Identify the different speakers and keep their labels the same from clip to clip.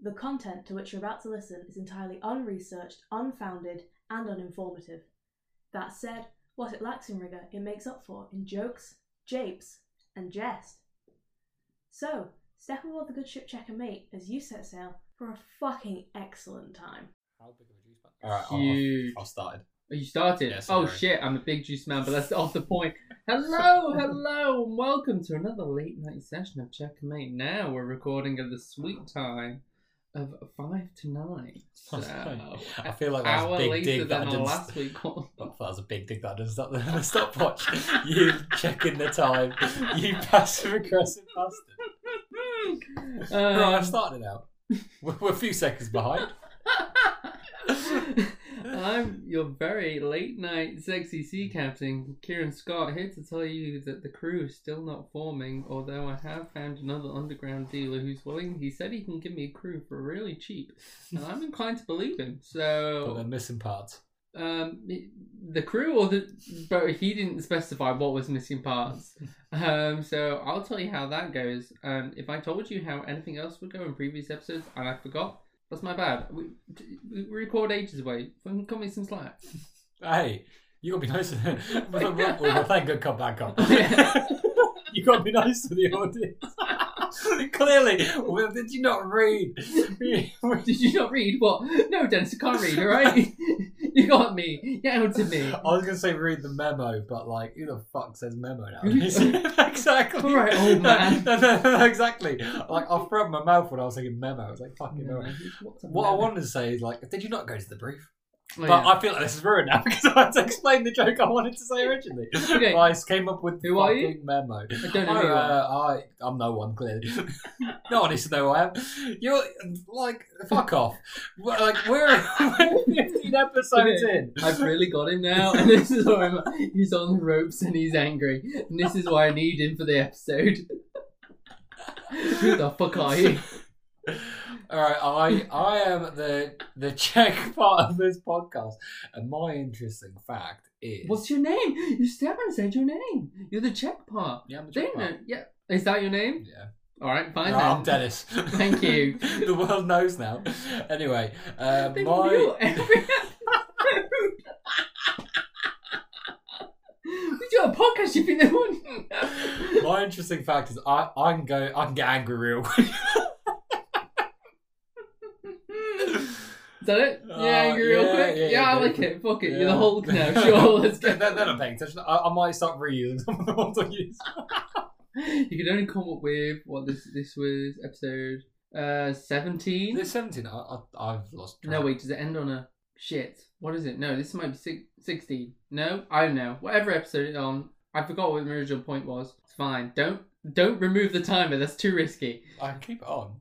Speaker 1: The content to which you're about to listen is entirely unresearched, unfounded, and uninformative. That said, what it lacks in rigour, it makes up for in jokes, japes, and jest. So, step aboard the good ship Checker Mate as you set sail for a fucking excellent time.
Speaker 2: How big of a juice box?
Speaker 3: All right, I'll-
Speaker 4: Huge.
Speaker 3: I'll start it.
Speaker 4: Oh, you started.
Speaker 3: Yeah,
Speaker 4: oh
Speaker 3: sorry.
Speaker 4: shit, I'm a big juice man, but that's off the point. Hello, hello, and welcome to another late night session of Checkmate. Now we're recording at the sweet time of five to nine. So,
Speaker 3: I feel like that
Speaker 4: hour
Speaker 3: was a big
Speaker 4: later
Speaker 3: dig that I
Speaker 4: than the
Speaker 3: didn't.
Speaker 4: last
Speaker 3: Last week.
Speaker 4: week. one.
Speaker 3: That was a big dig that I didn't stop the stopwatch. you checking the time. You passive aggressive bastard. right, I've
Speaker 4: Um,
Speaker 3: started out. We're, we're a few seconds behind.
Speaker 4: I'm your very late night sexy sea captain, Kieran Scott, here to tell you that the crew is still not forming, although I have found another underground dealer who's willing. He said he can give me a crew for really cheap, and I'm inclined to believe him.
Speaker 3: But they're
Speaker 4: So,
Speaker 3: missing parts.
Speaker 4: um, the crew or the. But he didn't specify what was missing parts. Um, so I'll tell you how that goes. Um, if I told you how anything else would go in previous episodes and I forgot, that's my bad. We, we record ages away. Fucking Cut me some slack.
Speaker 3: Hey, you gotta be nice. To... we're, we're, we're playing good cop, bad cop.
Speaker 4: Yeah.
Speaker 3: you gotta be nice to the audience. Clearly, well, did you not read?
Speaker 4: Did you not read what? No, Dennis, I can't read. All right, you got me. Get out of me.
Speaker 3: I was gonna say read the memo, but like, who the fuck says memo now? exactly.
Speaker 4: All right, old man.
Speaker 3: No, no, no, exactly. Like, I threw up my mouth when I was thinking memo. I was like, fucking memo.
Speaker 4: What's a
Speaker 3: What I
Speaker 4: memo?
Speaker 3: wanted to say is like, did you not go to the brief?
Speaker 4: Mm. Oh,
Speaker 3: but
Speaker 4: yeah.
Speaker 3: I feel like this is ruined now because I had to explain the joke I wanted to say originally.
Speaker 4: Okay.
Speaker 3: But I just came up with
Speaker 4: Who are you?
Speaker 3: fucking memo.
Speaker 4: I don't know
Speaker 3: I,
Speaker 4: who you are.
Speaker 3: uh, I, I'm no one clearly. no one needs to know who I am. You're like fuck off. We're, like we're, we're 15 episodes
Speaker 4: Okay.
Speaker 3: in.
Speaker 4: I've really got him now, and this is why I'm, he's on the ropes and he's angry, and this is why I need him for the episode. Who the fuck are you?
Speaker 3: All right, I I am the the Czech part of this podcast, and my interesting fact is
Speaker 4: What's your name? You still haven't said your name. You're the check part.
Speaker 3: yeah, I'm the
Speaker 4: They
Speaker 3: Czech
Speaker 4: know.
Speaker 3: part.
Speaker 4: Yeah, is that your name?
Speaker 3: Yeah.
Speaker 4: All right, fine.
Speaker 3: Right, I'm
Speaker 4: then.
Speaker 3: Dennis.
Speaker 4: Thank you.
Speaker 3: the world knows now. Anyway, uh,
Speaker 4: They
Speaker 3: my
Speaker 4: knew every- we do a podcast, you think they wouldn't?
Speaker 3: my interesting fact is I I can go I can get angry real. quick.
Speaker 4: Is that it?
Speaker 3: Uh,
Speaker 4: yeah, angry real
Speaker 3: yeah,
Speaker 4: quick.
Speaker 3: yeah,
Speaker 4: Yeah, I
Speaker 3: yeah.
Speaker 4: like it. Fuck it. You're
Speaker 3: Yeah.
Speaker 4: the Hulk now. Sure, let's
Speaker 3: They're,
Speaker 4: go.
Speaker 3: they're not paying attention. I, I might start reusing some of the ones I use.
Speaker 4: You can only come up with what this this was episode uh seventeen.
Speaker 3: This 17, I, I, I've lost track.
Speaker 4: No wait, does it end on a shit? What is it? No, this might be six, sixteen. No, I don't know. Whatever episode it's on, I forgot what the original point was. It's fine. Don't don't remove the timer. That's too risky.
Speaker 3: I can keep it on.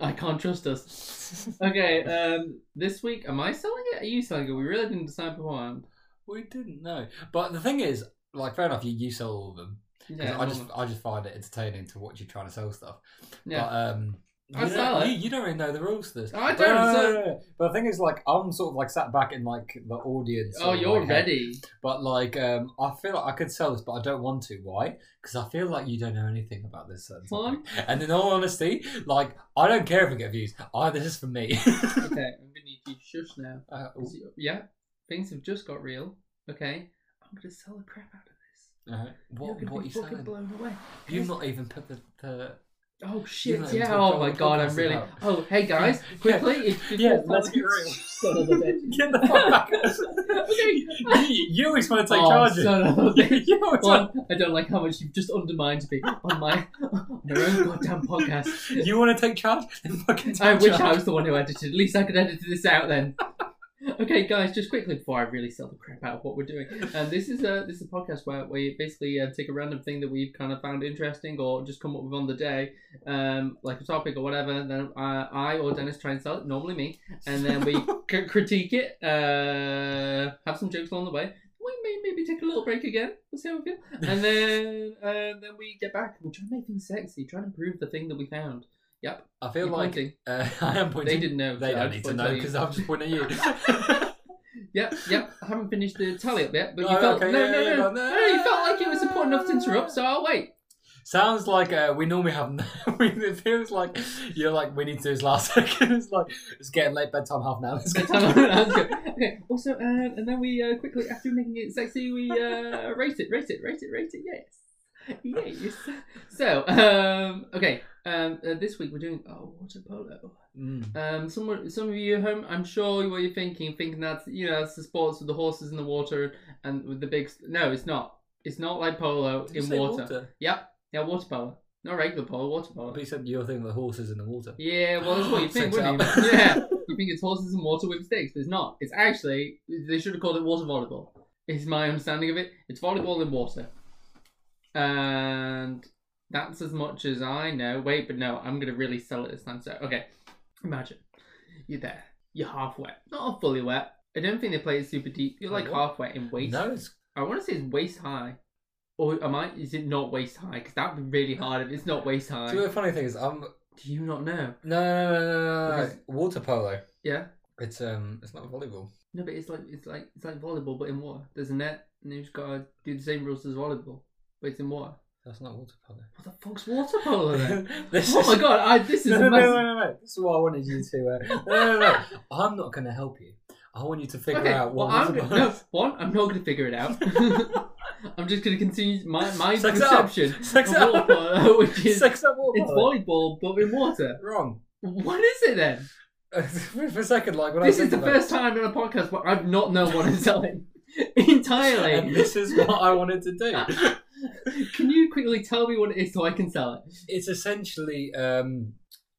Speaker 4: I can't trust us. Okay, um, this week, am I selling it? Are you selling it? We really didn't decide beforehand.
Speaker 3: we didn't know. But the thing is, like, fair enough, you, you sell all of them. 'Cause
Speaker 4: Yeah,
Speaker 3: I just
Speaker 4: normal.
Speaker 3: I just find it entertaining to watch you trying to sell stuff.
Speaker 4: yeah.
Speaker 3: But, um, you
Speaker 4: I
Speaker 3: don't-
Speaker 4: sell it.
Speaker 3: You, you don't really know the rules to this.
Speaker 4: I
Speaker 3: No, no,
Speaker 4: don't.
Speaker 3: no, no,
Speaker 4: so-
Speaker 3: no. But the thing is, like, I'm sort of like sat back in like the audience.
Speaker 4: oh,
Speaker 3: sort of,
Speaker 4: you're
Speaker 3: like, head.
Speaker 4: ready.
Speaker 3: But like, um, I feel like I could sell this, but I don't want to. Why? Because I feel like you don't know anything about this certain
Speaker 4: Fine.
Speaker 3: topic. And in all honesty, like, I don't care if we get views. I this is for me.
Speaker 4: okay, I'm gonna need you to shush now.
Speaker 3: uh,
Speaker 4: Is it- Yeah, things have just got real. Okay, I'm gonna sell the crap out of this.
Speaker 3: uh, what
Speaker 4: you're gonna
Speaker 3: what are
Speaker 4: be
Speaker 3: you
Speaker 4: fucking
Speaker 3: selling?
Speaker 4: blown away.
Speaker 3: You've not even put the. the...
Speaker 4: Oh shit!
Speaker 3: know,
Speaker 4: Yeah.
Speaker 3: it's what
Speaker 4: Oh
Speaker 3: the
Speaker 4: my
Speaker 3: podcast
Speaker 4: god! I'm
Speaker 3: is
Speaker 4: really.
Speaker 3: about.
Speaker 4: Oh hey guys,
Speaker 3: Yeah,
Speaker 4: quickly. if- if
Speaker 3: yeah,
Speaker 4: you're
Speaker 3: let's get
Speaker 4: following-
Speaker 3: real.
Speaker 4: Son of a bitch.
Speaker 3: Get the fuck back.
Speaker 4: Okay.
Speaker 3: you, you always want to take
Speaker 4: Oh,
Speaker 3: charge.
Speaker 4: son of a bitch.
Speaker 3: you always want,
Speaker 4: One, I don't like how much you've just undermined me on my on your own goddamn podcast.
Speaker 3: you want to take charge? Then fucking take
Speaker 4: I wish
Speaker 3: charge.
Speaker 4: I was the one who edited. At least I could edit this out then. okay, guys, just quickly before I really sell the crap out of what we're doing. Um, this is a this is a podcast where we basically uh, take a random thing that we've kind of found interesting or just come up with on the day, um, like a topic or whatever. And then uh, I or Dennis try and sell it. Normally me, and then we c- critique it, uh, have some jokes along the way. We may maybe take a little break again. We'll see how we feel, and then uh, then we get back. We try and make things sexy. Try and improve the thing that we found.
Speaker 3: I feel
Speaker 4: You're
Speaker 3: like
Speaker 4: pointing.
Speaker 3: uh, I am pointing.
Speaker 4: They didn't know.
Speaker 3: They
Speaker 4: so I
Speaker 3: don't
Speaker 4: just
Speaker 3: need to
Speaker 4: wanted
Speaker 3: know
Speaker 4: tell you.
Speaker 3: because I'm just pointing at you.
Speaker 4: Yep, yep. I haven't finished the tally up yet, but
Speaker 3: No,
Speaker 4: you felt
Speaker 3: Oh, okay,
Speaker 4: no,
Speaker 3: yeah,
Speaker 4: no,
Speaker 3: yeah,
Speaker 4: no,
Speaker 3: but
Speaker 4: no, You felt like it was important enough to interrupt, so I'll wait.
Speaker 3: Sounds like uh, we normally have. we- it feels like you're like we need to do this last second. It's like it's getting late bedtime half now. Let's
Speaker 4: That's
Speaker 3: go.
Speaker 4: how- that's good. okay. Also, uh, and then we uh, quickly after making it sexy, we uh, rate it, rate it, rate it, rate it. Yes, yes. So, um, okay. Um, uh, this week we're doing oh, water polo.
Speaker 3: Mm.
Speaker 4: Um, some some of you at home, I'm sure what you're thinking, thinking that's you know that's the sports with the horses in the water and with the big. No, it's not. It's not like polo
Speaker 3: Did you
Speaker 4: in
Speaker 3: say
Speaker 4: water. Yep. Yeah, water polo. Not regular polo, water polo.
Speaker 3: But you said your thing the horses in the water.
Speaker 4: Yeah, well, that's what you think,
Speaker 3: Sex
Speaker 4: wouldn't
Speaker 3: up.
Speaker 4: you? Yeah, you think it's horses and water with sticks, but it's not. It's actually they should have called it water volleyball. Is my understanding of it. It's volleyball in water, and that's as much as I know. Wait, but no, I'm gonna really sell it this time. So okay, imagine you're there, you're half wet, not all fully wet. I don't think they play it super deep. You're
Speaker 3: Wait,
Speaker 4: like
Speaker 3: what?
Speaker 4: half wet in waist.
Speaker 3: No, it's
Speaker 4: I want to say it's waist high, or am I? Is it not waist high? Because that would be really hard if it's not waist high.
Speaker 3: Do you know the funny thing is, I'm no,
Speaker 4: Do you not know?
Speaker 3: no, no, no, no, no.
Speaker 4: Because-
Speaker 3: water polo.
Speaker 4: Yeah.
Speaker 3: It's um, it's not volleyball.
Speaker 4: No, but it's like it's like it's like volleyball, but in water. There's a net, and you've got to do the same rules as volleyball, but it's in water.
Speaker 3: That's not water polo.
Speaker 4: What the fuck's water polo then?
Speaker 3: this
Speaker 4: oh my god! I, this is
Speaker 3: No, no, no,
Speaker 4: amazing.
Speaker 3: no, no, no. This is what I wanted you to. Uh, no, no, no. I'm not going to help you. I want you to figure
Speaker 4: Okay,
Speaker 3: out
Speaker 4: well,
Speaker 3: what
Speaker 4: I'm
Speaker 3: water
Speaker 4: gonna,
Speaker 3: polo
Speaker 4: no,
Speaker 3: is.
Speaker 4: one. I'm not gonna figure it out. I'm just gonna continue my my
Speaker 3: Sucks up.
Speaker 4: perception
Speaker 3: Sucks
Speaker 4: of water
Speaker 3: up.
Speaker 4: polo, which is
Speaker 3: Sex up water
Speaker 4: it's
Speaker 3: polo.
Speaker 4: volleyball but in water.
Speaker 3: wrong.
Speaker 4: What is it then?
Speaker 3: For a second, like when
Speaker 4: this
Speaker 3: I
Speaker 4: is
Speaker 3: think about
Speaker 4: the
Speaker 3: it.
Speaker 4: first time on a podcast where I've not known what I'm telling entirely.
Speaker 3: And this is what I wanted to do.
Speaker 4: Can you quickly tell me what it is so I can sell it?
Speaker 3: it's essentially um,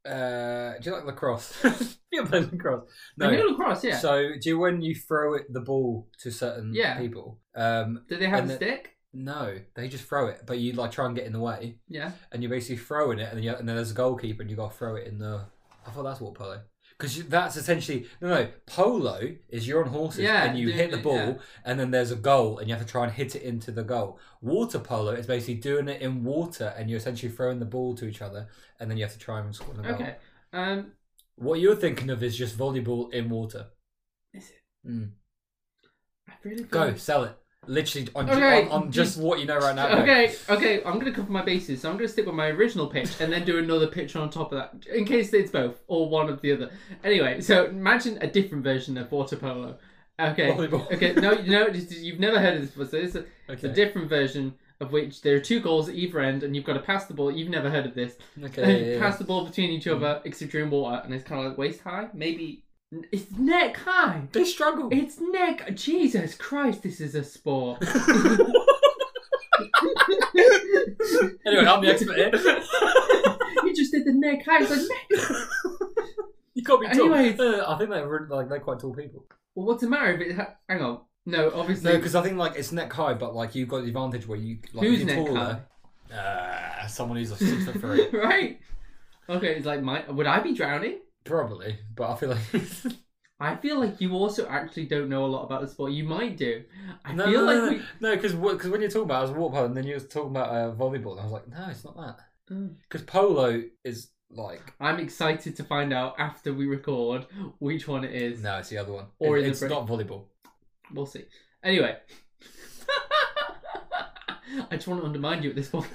Speaker 3: uh, do you like lacrosse? you play lacrosse? No.
Speaker 4: The middle cross, yeah.
Speaker 3: So do you when you throw it the ball to certain
Speaker 4: Yeah.
Speaker 3: people? Um,
Speaker 4: Do they have
Speaker 3: And
Speaker 4: a
Speaker 3: the-
Speaker 4: stick?
Speaker 3: no, they just throw it, but you like try and get in the way,
Speaker 4: Yeah.
Speaker 3: and you're basically throwing it, and, you, and then there's a goalkeeper, and you got to throw it in the. I thought that's what polo. Because that's essentially no no polo is you're on horses
Speaker 4: Yeah,
Speaker 3: and you
Speaker 4: do-
Speaker 3: hit the
Speaker 4: do-
Speaker 3: ball
Speaker 4: yeah.
Speaker 3: and then there's a goal and you have to try and hit it into the goal. Water polo is basically doing it in water and you're essentially throwing the ball to each other and then you have to try and score the goal.
Speaker 4: Okay. Um.
Speaker 3: What you're thinking of is just volleyball in water.
Speaker 4: Is it?
Speaker 3: Mm.
Speaker 4: I really feel-
Speaker 3: Go sell it. Literally on,
Speaker 4: Okay.
Speaker 3: on, on just what you know right now. go.
Speaker 4: Okay. Okay. I'm gonna cover my bases. So I'm gonna stick with my original pitch and then do another pitch on top of that, in case it's both or one of the other. Anyway, so imagine a different version of water polo. Okay.
Speaker 3: Volleyball.
Speaker 4: Okay. No. No. Just, you've never heard of this before. So this is it's
Speaker 3: Okay.
Speaker 4: a different version of which there are two goals at either end, and you've got to pass the ball. You've never heard of this.
Speaker 3: okay. yeah, Mm-hmm. yeah,
Speaker 4: pass the ball between each other, except you're in water, and it's kind of like waist high, maybe it's neck high.
Speaker 3: They struggle.
Speaker 4: It's neck. Jesus Christ, this is a sport. you
Speaker 3: anyway, I'm the expert here.
Speaker 4: just did the neck high. It's like neck.
Speaker 3: You can't be tall.
Speaker 4: Anyways.
Speaker 3: Uh, I think they're really- like they're quite tall people.
Speaker 4: Well, what's the matter if it? Ha- hang on. No,
Speaker 3: No,
Speaker 4: obviously.
Speaker 3: because I think like it's neck high, but like you've got the advantage where you like
Speaker 4: who's
Speaker 3: you're
Speaker 4: neck
Speaker 3: taller. Uh, someone who's a six foot three,
Speaker 4: high? right. Okay, it's like my. Would I be drowning?
Speaker 3: probably. But I feel like
Speaker 4: I feel like you also actually don't know a lot about the sport. You might do. I
Speaker 3: no,
Speaker 4: feel
Speaker 3: no,
Speaker 4: like
Speaker 3: no,
Speaker 4: we.
Speaker 3: no, because because when you're talking about it, I was water polo, and then you were talking about uh, volleyball, and I was like, no, it's not that.
Speaker 4: Mm.
Speaker 3: Because polo is like
Speaker 4: I'm excited to find out after we record which one it is.
Speaker 3: no, it's the other one.
Speaker 4: Or
Speaker 3: Or
Speaker 4: in the
Speaker 3: it's
Speaker 4: brain.
Speaker 3: not volleyball.
Speaker 4: We'll see. Anyway. I just want to undermine you at this point.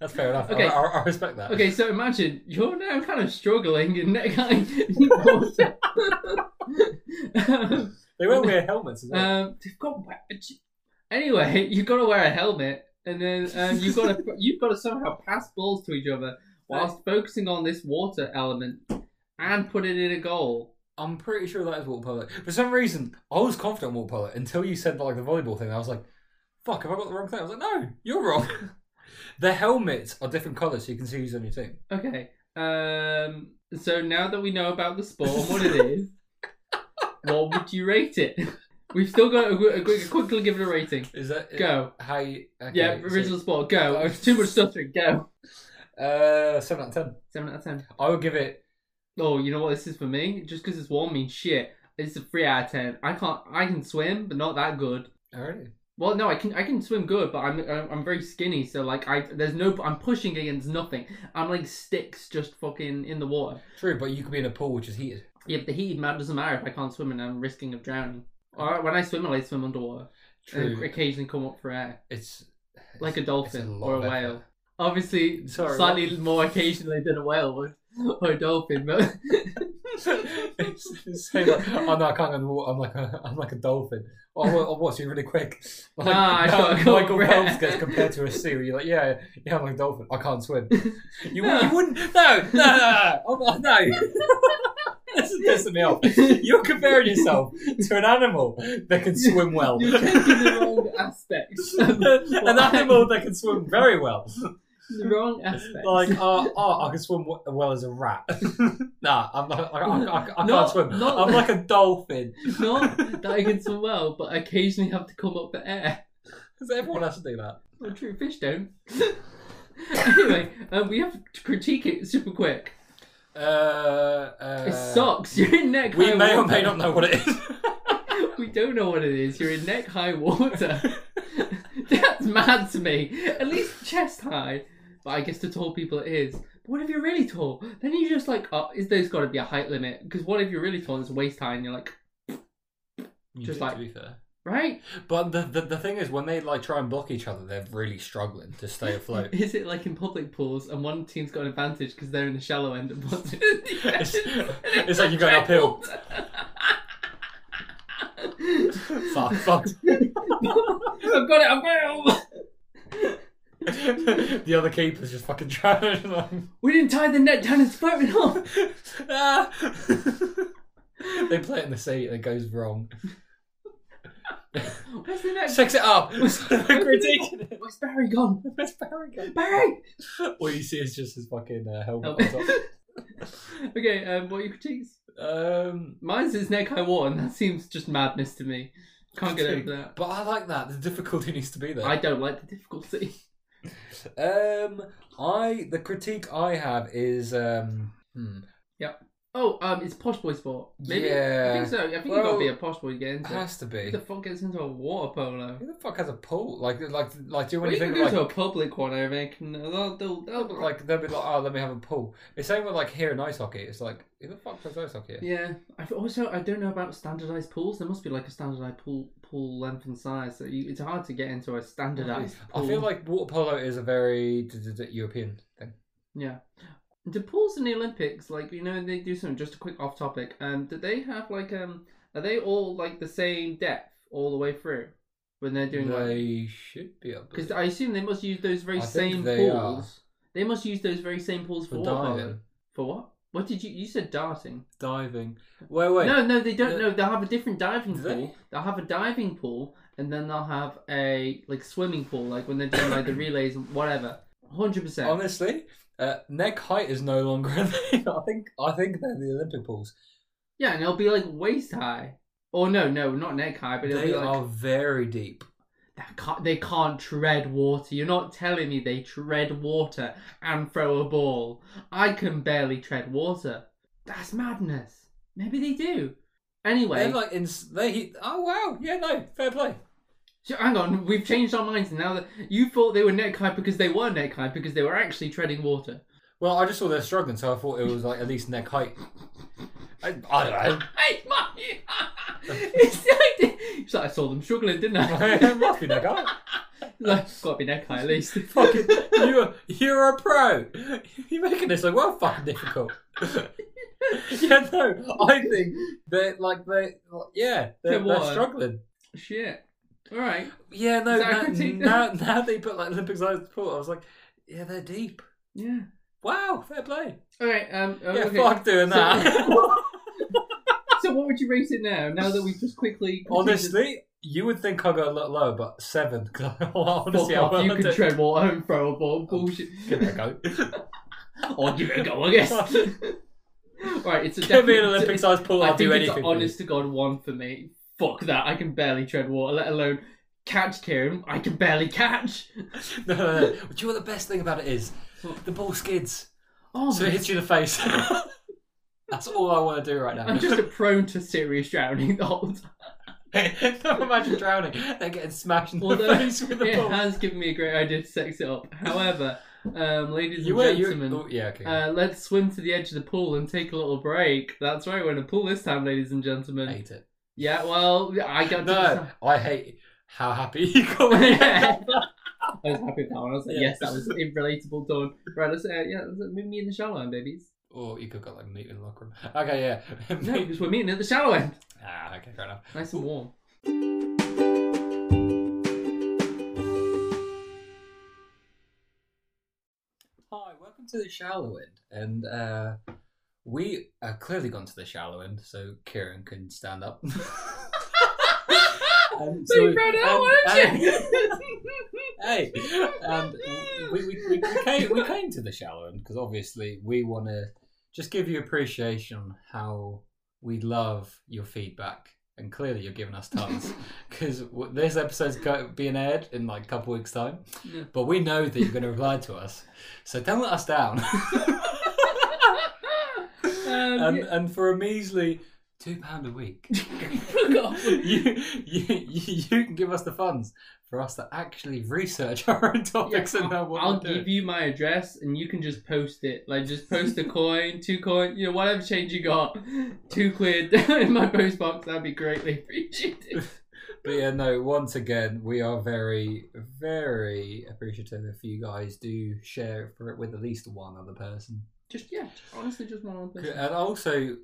Speaker 3: That's fair enough.
Speaker 4: Okay.
Speaker 3: I, I, I respect that.
Speaker 4: Okay, so imagine you're now kind of struggling in neck high. in water. um,
Speaker 3: They won't wear helmets. As well.
Speaker 4: um, they've got wet. Anyway, you've got to wear a helmet, and then um, you've got to you've got to somehow pass balls to each other whilst focusing on this water element and put it in a goal.
Speaker 3: I'm pretty sure that is water polo. For some reason, I was confident in water polo until you said like the volleyball thing. I was like, "Fuck, have I got the wrong thing?" I was like, "No, you're wrong." the helmets are different colours, so you can see who's on your team.
Speaker 4: Okay. Um. So now that we know about the sport and what it is, what would you rate it? We've still got to quick, quickly give it a rating.
Speaker 3: Is that is-
Speaker 4: Go.
Speaker 3: How? You, Uh, okay,
Speaker 4: Yeah, original sport. Go. Oh, it's too much stuttering. Go.
Speaker 3: So, uh, seven out of ten.
Speaker 4: Seven out of ten.
Speaker 3: I would give it.
Speaker 4: Oh, you know what this is for me? Just because it's warm means shit. It's a three out of ten. I can't. I can swim, but not that good.
Speaker 3: Already.
Speaker 4: Well, no, I can. I can swim good, but I'm. I'm I'm very skinny, so like I. There's no. I'm pushing against nothing. I'm like sticks, just fucking in the water.
Speaker 3: True, but you could be in a pool which is heated.
Speaker 4: Yeah, but the heat man doesn't matter if I can't swim and I'm risking of drowning. Or when I swim, I like swim underwater
Speaker 3: True.
Speaker 4: and occasionally come up for air,
Speaker 3: It's
Speaker 4: like
Speaker 3: it's-
Speaker 4: a
Speaker 3: it's
Speaker 4: dolphin
Speaker 3: lot
Speaker 4: or a
Speaker 3: of effort.
Speaker 4: whale. Obviously,
Speaker 3: Sorry,
Speaker 4: slightly
Speaker 3: what?
Speaker 4: more occasionally than a whale would, or a dolphin. But
Speaker 3: it's, it's saying like, oh no, I can't go in the water. I'm like a, I'm like a dolphin. Oh, I'll, I'll watch you really quick. Like,
Speaker 4: Ah, I
Speaker 3: how
Speaker 4: can't go
Speaker 3: Michael
Speaker 4: red.
Speaker 3: Phelps gets compared to a seal. You're like, yeah, yeah, I'm like a dolphin. I can't swim. You, wou- you wouldn't. No, no, no, no. I'm not- no. this is pissing me off. You're comparing yourself to an animal that can swim well.
Speaker 4: you're taking the wrong aspect.
Speaker 3: an animal that can swim very well.
Speaker 4: the wrong aspect.
Speaker 3: Like, oh, oh I can swim w- well as a rat. nah, I'm not, I, I, I, I can't
Speaker 4: Not-
Speaker 3: swim.
Speaker 4: not-
Speaker 3: I'm like a dolphin.
Speaker 4: not that I can swim well, but occasionally have to come up for air.
Speaker 3: Because everyone has to do that.
Speaker 4: Well, true fish don't. anyway, um, we have to critique it super quick.
Speaker 3: Uh, uh,
Speaker 4: It sucks. You're in neck
Speaker 3: We
Speaker 4: high
Speaker 3: may or
Speaker 4: water.
Speaker 3: may not know what it is.
Speaker 4: We don't know what it is. You're in neck high water. That's mad to me. At least chest high. But I guess to tall people it is. But what if you're really tall? Then you're just like, oh, is there's got to be a height limit? Because what if you're really tall and it's waist high and you're like,
Speaker 3: You
Speaker 4: Just
Speaker 3: do,
Speaker 4: like-
Speaker 3: to be fair.
Speaker 4: right?
Speaker 3: But the, the the thing is, when they like try and block each other, they're really struggling to stay afloat.
Speaker 4: Is it like in public pools and one team's got an advantage because they're in the shallow end and one's in
Speaker 3: it's,
Speaker 4: the
Speaker 3: it's like you're going uphill. Fuck, fuck.
Speaker 4: I've got it, I've got it.
Speaker 3: the other keeper's just fucking drowning. Like,
Speaker 4: We didn't tie the net down, it's floating on.
Speaker 3: ah. they play it in the sea and it goes wrong.
Speaker 4: Where's the net?
Speaker 3: Sex it up. Critiquing it.
Speaker 4: Where's Barry gone?
Speaker 3: Where's Barry going?
Speaker 4: Barry!
Speaker 3: All you see is just his fucking uh, helmet
Speaker 4: Oh.
Speaker 3: on top.
Speaker 4: okay, um, what are your critiques?
Speaker 3: Um,
Speaker 4: Mine's is neck high water, and that seems just madness to me. Can't get over that.
Speaker 3: but I like that. The difficulty needs to be there.
Speaker 4: I don't like the difficulty.
Speaker 3: Um, I the critique I have is um, hmm,
Speaker 4: Oh, um, it's posh boy sport. Maybe. I
Speaker 3: yeah,
Speaker 4: think so. I think you
Speaker 3: Well,
Speaker 4: gotta be a posh boy to get
Speaker 3: it
Speaker 4: into it.
Speaker 3: has to be.
Speaker 4: Who the fuck gets into a water polo?
Speaker 3: Who the fuck has a pool? Like, like, like, do you
Speaker 4: Well,
Speaker 3: want
Speaker 4: you
Speaker 3: to think
Speaker 4: can go
Speaker 3: like,
Speaker 4: to a public one, I think. and They'll, they'll, they'll,
Speaker 3: like they'll be like, oh, let me have a pool. It's same with like here in ice hockey. It's like, who the fuck plays ice hockey? here?
Speaker 4: yeah. I've also, I don't know about standardized pools. There must be like a standardized pool pool length and size. So you, it's hard to get into a standardized.
Speaker 3: I
Speaker 4: Pool.
Speaker 3: feel like water polo is a very d- d- d- European thing.
Speaker 4: Yeah. Do pools in the Olympics, like you know, they do something just a quick off topic. Um, do they have like um, are they all like the same depth all the way through when they're doing like?
Speaker 3: They should be up
Speaker 4: Because I assume they must use those very
Speaker 3: I think
Speaker 4: same
Speaker 3: they are.
Speaker 4: pools. They must use those very same pools for,
Speaker 3: for
Speaker 4: water polo.
Speaker 3: diving.
Speaker 4: For what? What did you? You said darting.
Speaker 3: Diving. Wait, wait.
Speaker 4: no, no, they don't.
Speaker 3: no.
Speaker 4: No, they'll have a different diving
Speaker 3: Do
Speaker 4: pool.
Speaker 3: they?
Speaker 4: They'll have a diving pool, and then they'll have a like swimming pool, like when they're doing like the relays and whatever. Hundred percent.
Speaker 3: Honestly, uh, neck height is no longer a thing. I think I think they're the Olympic pools.
Speaker 4: Yeah, and it'll be like waist high. Or no, no, not neck high, but it'll
Speaker 3: They
Speaker 4: be like
Speaker 3: are very deep.
Speaker 4: that can't, they can't tread water. You're not telling me they tread water and throw a ball. I can barely tread water. That's madness. Maybe they do. Anyway,
Speaker 3: They're like in. They. he- Oh wow. Yeah. No. Fair play.
Speaker 4: so- hang on. We've changed our minds now. That you thought they were neck high because they were neck high because they were actually treading water.
Speaker 3: Well, I just saw they're struggling, so I thought it was like at least neck height. I, I don't know.
Speaker 4: Hey, Mike! it's like, it's like I saw them struggling, didn't I?
Speaker 3: it must be neck height.
Speaker 4: like, gotta be neck high at least.
Speaker 3: Fucking, you're you're a pro. You're making this like well fucking difficult. yeah. No. I think they're like they. Yeah. They're,
Speaker 4: They're
Speaker 3: they're
Speaker 4: what?
Speaker 3: struggling.
Speaker 4: Shit. All right.
Speaker 3: Yeah. No.
Speaker 4: Is that a
Speaker 3: Now,
Speaker 4: critique?
Speaker 3: now, now they put like Olympic sized pool. I was like, yeah, they're deep.
Speaker 4: Yeah.
Speaker 3: Wow. Fair play.
Speaker 4: All right. Um.
Speaker 3: yeah.
Speaker 4: okay.
Speaker 3: Fuck doing
Speaker 4: So-
Speaker 3: that.
Speaker 4: So what would you rate it now? Now that we've just quickly
Speaker 3: Honestly, you would think I got a lot lower, but seven. 'cause I-
Speaker 4: Fuck
Speaker 3: Honestly, I
Speaker 4: off, you
Speaker 3: will
Speaker 4: can tread water and throw a ball. Bullshit.
Speaker 3: Give it a go.
Speaker 4: I'll give it a go, I guess. right. It's a
Speaker 3: Give me an
Speaker 4: definite-
Speaker 3: Olympic sized pool.
Speaker 4: I
Speaker 3: I'll
Speaker 4: think
Speaker 3: do
Speaker 4: it's
Speaker 3: anything. for you.
Speaker 4: honest to god one for me. Fuck that. I can barely tread water, let alone catch Kieran. I can barely catch.
Speaker 3: No, no, no. Do you know what the best thing about it is? The ball skids,
Speaker 4: Oh,
Speaker 3: so
Speaker 4: my-
Speaker 3: it hits you in the face. That's all I want to do right now.
Speaker 4: I'm just prone to serious drowning the whole time.
Speaker 3: Don't imagine drowning. They're getting smashed in
Speaker 4: Although,
Speaker 3: the face with the
Speaker 4: It
Speaker 3: ball.
Speaker 4: has given me a great idea to sex it up. However, um, ladies
Speaker 3: You were,
Speaker 4: and
Speaker 3: you
Speaker 4: gentlemen.
Speaker 3: oh, yeah, okay.
Speaker 4: Uh, let's swim to the edge of the pool and take a little break. That's right, we're in a pool this time, ladies and
Speaker 3: I
Speaker 4: gentlemen.
Speaker 3: hate it.
Speaker 4: Yeah, well, I got to
Speaker 3: No, I hate how happy you got when you had that.
Speaker 4: decide- I was happy with that one. I was like,
Speaker 3: Yeah.
Speaker 4: yes, that was relatable, done. Right, let's, uh, yeah, let's meet me in the shallow end, babies.
Speaker 3: Or Oh, you could got like meat in the locker room. Okay, yeah.
Speaker 4: No, because we're meeting at the shallow end.
Speaker 3: ah, okay, fair enough.
Speaker 4: Nice and warm.
Speaker 3: Hi, welcome to the shallow end, and uh, we are clearly gone to the shallow end, so Kieran can stand up. Um, uh,
Speaker 4: So you found
Speaker 3: and-
Speaker 4: out, weren't you?
Speaker 3: hey, and we, we, we, we, came, we came to the shallow end because obviously we want to just give you appreciation on how we love your feedback. And clearly, you're giving us tons because this episode's go- being aired in like a couple weeks' time.
Speaker 4: Yeah.
Speaker 3: But we know that you're going to reply to us, so don't let us down.
Speaker 4: Um,
Speaker 3: and,
Speaker 4: yeah.
Speaker 3: and for a measly two pound a week,
Speaker 4: Fuck off.
Speaker 3: you, you, you you can give us the funds for us to actually research our own topics
Speaker 4: Yeah,
Speaker 3: and know what
Speaker 4: I'll
Speaker 3: we're doing.
Speaker 4: give you my address and you can just post it. Like, just post a coin, two coin, you know, whatever change you got, two quid in my post box. That'd be greatly appreciated.
Speaker 3: But yeah, no, once again, we are very, very appreciative if you guys do share for it with at least one other person.
Speaker 4: Just, yeah, honestly, just one other person.
Speaker 3: And also,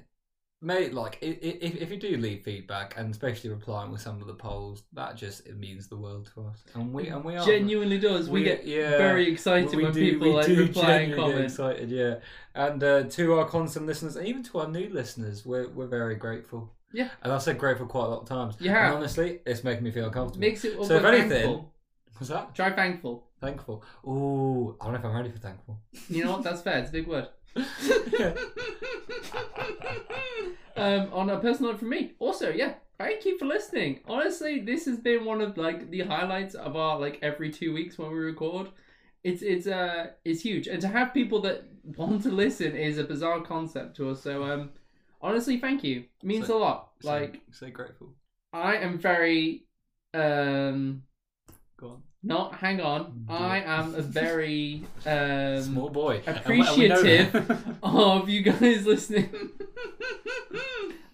Speaker 3: mate, like, i- i- if, if you do leave feedback, and especially replying with some of the polls, that just it means the world to us. And we, and we are.
Speaker 4: Genuinely does. We, get
Speaker 3: yeah,
Speaker 4: very excited
Speaker 3: we
Speaker 4: when
Speaker 3: do-
Speaker 4: people
Speaker 3: we
Speaker 4: like
Speaker 3: do
Speaker 4: reply and
Speaker 3: genuinely get
Speaker 4: comment.
Speaker 3: excited, yeah. And uh, to our constant listeners, and even to our new listeners, we're, we're very grateful.
Speaker 4: Yeah.
Speaker 3: And I've said grateful quite a lot of times.
Speaker 4: You have.
Speaker 3: And honestly, it's making me feel comfortable.
Speaker 4: Makes it all
Speaker 3: So if anything-
Speaker 4: thankful.
Speaker 3: What's that?
Speaker 4: Try thankful.
Speaker 3: Thankful. Ooh, I don't know if I'm ready for thankful.
Speaker 4: You know what? That's fair. It's a big word.
Speaker 3: Yeah.
Speaker 4: um, on a personal note from me. Also, yeah, thank you for listening. Honestly, this has been one of like the highlights of our like every two weeks when we record. It's it's uh it's huge, and to have people that want to listen is a bizarre concept to us. So um, honestly, thank you. It means
Speaker 3: So-
Speaker 4: a lot.
Speaker 3: So-
Speaker 4: Like
Speaker 3: so, grateful.
Speaker 4: I am very um
Speaker 3: Go on.
Speaker 4: not hang on.
Speaker 3: Do
Speaker 4: I
Speaker 3: it.
Speaker 4: am a very um
Speaker 3: Small boy.
Speaker 4: appreciative of Oh, you guys listening.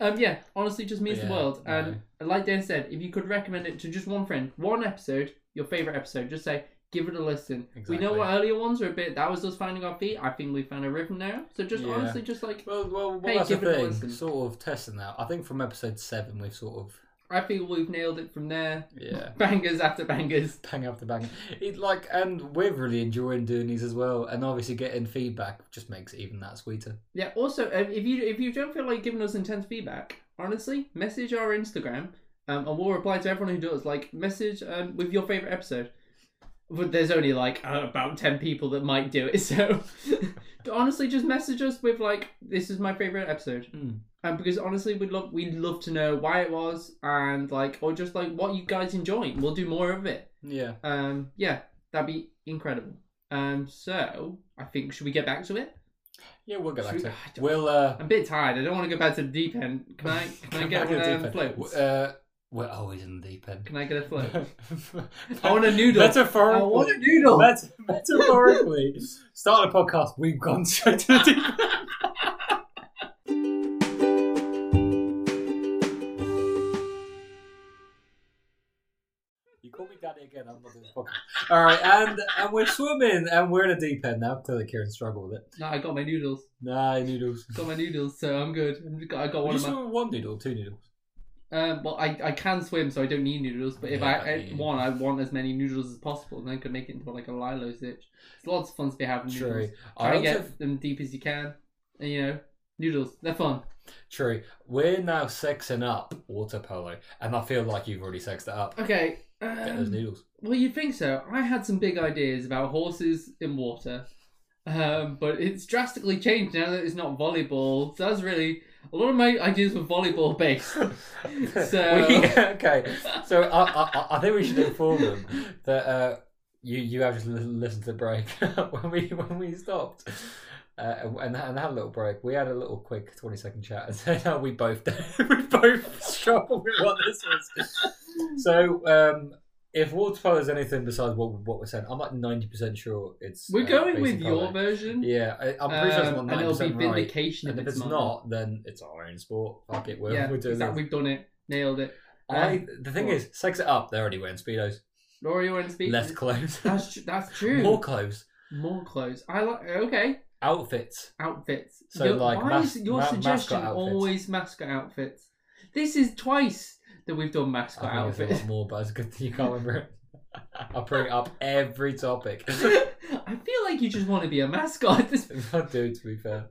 Speaker 4: um, yeah, honestly, just means
Speaker 3: Yeah,
Speaker 4: the world. And
Speaker 3: no.
Speaker 4: like Dan said, if you could recommend it to just one friend, one episode, your favorite episode, just say give it a listen. We know
Speaker 3: Exactly.
Speaker 4: what earlier ones were a bit. That was us finding our feet. I think we found a rhythm now. So just
Speaker 3: Yeah.
Speaker 4: honestly, just like
Speaker 3: well, well, well
Speaker 4: Hey,
Speaker 3: that's the
Speaker 4: give it a
Speaker 3: thing.
Speaker 4: listen.
Speaker 3: Sort of testing that. I think from episode seven, we've sort of
Speaker 4: I feel we've nailed it from there.
Speaker 3: yeah.
Speaker 4: Bangers after bangers.
Speaker 3: bang after bang. It like, and we're really enjoying doing these as well, and obviously getting feedback just makes it even that sweeter.
Speaker 4: Yeah. Also, um, if you if you don't feel like giving us intense feedback, honestly, message our Instagram, um, and we'll reply to everyone who does. Like, message um, with your favorite episode. But there's only like uh, about ten people that might do it. So, honestly, just message us with like, "This is my favorite episode,"
Speaker 3: Mm.
Speaker 4: um, because honestly, we'd love we'd love to know why it was and like, or just like what you guys enjoy. We'll do more of it.
Speaker 3: Yeah.
Speaker 4: Um, yeah, that'd be incredible. Um, so I think should we get back to it?
Speaker 3: Yeah, we'll get back
Speaker 4: Should
Speaker 3: to
Speaker 4: we-
Speaker 3: it.
Speaker 4: I don't-
Speaker 3: We'll uh,
Speaker 4: I'm a bit tired. I don't want to go back to the deep end. Can I? Can I get
Speaker 3: back in
Speaker 4: one
Speaker 3: the
Speaker 4: um,
Speaker 3: deep end.
Speaker 4: float?
Speaker 3: Uh, we're always in the deep end.
Speaker 4: Can I get a float?
Speaker 3: I
Speaker 4: I want a noodle.
Speaker 3: Metaphorically,
Speaker 4: I want a noodle.
Speaker 3: Met- metaphorically, start a podcast. We've gone straight to the deep. end. You call me daddy again. I'm not doing the podcast. All right, and and we're swimming, and we're in a deep end now. Clearly, Kieran struggled with it.
Speaker 4: no, I got my noodles.
Speaker 3: Nah, noodles.
Speaker 4: Got my noodles, so I'm good. I'm just got- I got
Speaker 3: Would
Speaker 4: one
Speaker 3: you
Speaker 4: of my.
Speaker 3: swim with one noodle, or two noodles?
Speaker 4: Um, well, I, I can swim, so I don't need noodles. But if
Speaker 3: Yeah,
Speaker 4: I,
Speaker 3: but
Speaker 4: I
Speaker 3: you-
Speaker 4: want, I want as many noodles as possible, and I could make it into like a lilo sitch. It's lots of fun to be having
Speaker 3: True.
Speaker 4: noodles.
Speaker 3: I also
Speaker 4: Try and get them deep as you can, and you know, noodles. They're fun.
Speaker 3: True. We're now sexing up water polo, and I feel like you've already sexed it up.
Speaker 4: Okay.
Speaker 3: Get those
Speaker 4: Um,
Speaker 3: noodles.
Speaker 4: Well, you'd think so. I had some big ideas about horses in water, um, but it's drastically changed now that it's not volleyball. So that's really a lot of my ideas were volleyball based. so-
Speaker 3: We- okay, so I, I, I- I think we should inform them that uh, you you have just lis- listened to the break when we when we stopped. Uh, and, and had a little break. We had a little quick twenty second chat and said, "Oh, we both we both struggle with what this was." So, um, if water polo is anything besides what what we're saying, I'm like ninety percent sure it's.
Speaker 4: We're
Speaker 3: uh,
Speaker 4: going with
Speaker 3: basic polo.
Speaker 4: your version,
Speaker 3: Yeah, I, I'm pretty sure it's not
Speaker 4: um, and
Speaker 3: ninety
Speaker 4: it'll be
Speaker 3: percent right.
Speaker 4: vindication
Speaker 3: And
Speaker 4: if
Speaker 3: if it's
Speaker 4: mine.
Speaker 3: not, then it's our own sport. Fuck it, we're,
Speaker 4: yeah,
Speaker 3: we're doing
Speaker 4: exactly. We've done it, nailed it.
Speaker 3: that. I, the thing
Speaker 4: Go on.
Speaker 3: is, sex it up. They're already wearing speedos.
Speaker 4: Laura, you want to speak?
Speaker 3: Less clothes.
Speaker 4: That's tr- that's true.
Speaker 3: More
Speaker 4: More,
Speaker 3: clothes.
Speaker 4: clothes. I like. Okay,
Speaker 3: Outfits.
Speaker 4: outfits.
Speaker 3: So,
Speaker 4: Your-
Speaker 3: like,
Speaker 4: why
Speaker 3: mas-
Speaker 4: is your
Speaker 3: ma-
Speaker 4: suggestion
Speaker 3: mascot outfits.
Speaker 4: always mascot outfits? This is twice that we've done mascot
Speaker 3: I think there's a
Speaker 4: outfits.
Speaker 3: lot more, but it's good that you can't remember it. I'll bring up every topic.
Speaker 4: I feel like you just want to be a mascot at this
Speaker 3: If I do, to be fair.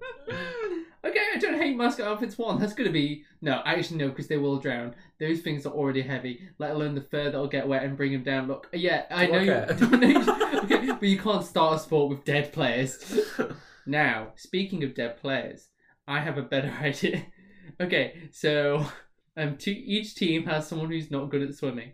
Speaker 4: okay, I don't hate mascot outfits one. That's gonna be no, actually no, because they will drown. Those things are already heavy. Let alone the fur that'll get wet and bring them down. Look, yeah, I know.
Speaker 3: Okay.
Speaker 4: You, I know you- okay, but you can't start a sport with dead players. Now, speaking of dead players, I have a better idea. Okay, so um, to, each team has someone who's not good at swimming.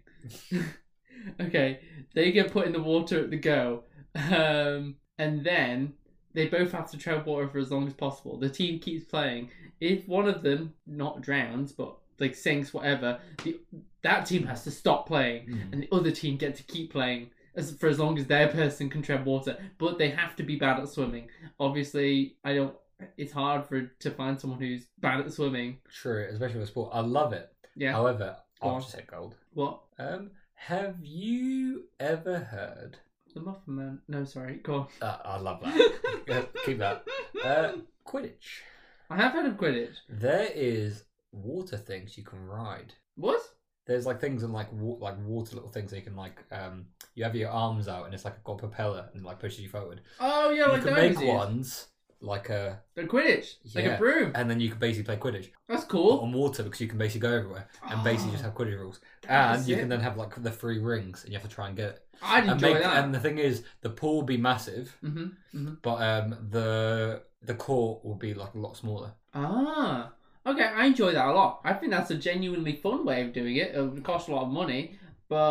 Speaker 4: okay, they get put in the water at the go, um, and then they both have to tread water for as long as possible. The team keeps playing. If one of them not drowns but like sinks, whatever, the, that team has to stop playing
Speaker 3: Mm.
Speaker 4: and the other team get to keep playing as for as long as their person can tread water. But they have to be bad at swimming. Obviously, I don't. It's hard for to find someone who's bad at swimming.
Speaker 3: True, especially with sport. I love it.
Speaker 4: Yeah.
Speaker 3: However,
Speaker 4: Go
Speaker 3: I'll
Speaker 4: on.
Speaker 3: just hit gold.
Speaker 4: What
Speaker 3: Um, have you ever heard?
Speaker 4: the Muffin Man? No, sorry. Go
Speaker 3: Uh, I love
Speaker 4: on.
Speaker 3: that. Yeah, keep that. Uh, Quidditch.
Speaker 4: I have heard of Quidditch.
Speaker 3: There is water things you can ride.
Speaker 4: What?
Speaker 3: There's like things in like wa- like water little things that you can like um you have your arms out and it's like a got propeller and like pushes you forward.
Speaker 4: Oh yeah,
Speaker 3: you
Speaker 4: like
Speaker 3: can
Speaker 4: those.
Speaker 3: make
Speaker 4: Make one.
Speaker 3: ones like a
Speaker 4: The Quidditch, like
Speaker 3: Yeah.
Speaker 4: a broom.
Speaker 3: and then you can basically play Quidditch
Speaker 4: That's
Speaker 3: but
Speaker 4: cool.
Speaker 3: on water because you can basically go everywhere and basically
Speaker 4: Oh,
Speaker 3: just have Quidditch rules.
Speaker 4: that's
Speaker 3: And you
Speaker 4: it.
Speaker 3: can then have like the three rings and you have to try and get it.
Speaker 4: I'd
Speaker 3: And,
Speaker 4: enjoy
Speaker 3: make-
Speaker 4: that.
Speaker 3: and the thing is, the pool will be massive,
Speaker 4: hmm hmm
Speaker 3: but um the the court will be like a lot smaller.
Speaker 4: Ah, okay. I enjoy that a lot. I think that's a genuinely fun way of doing it. It would cost a lot of money,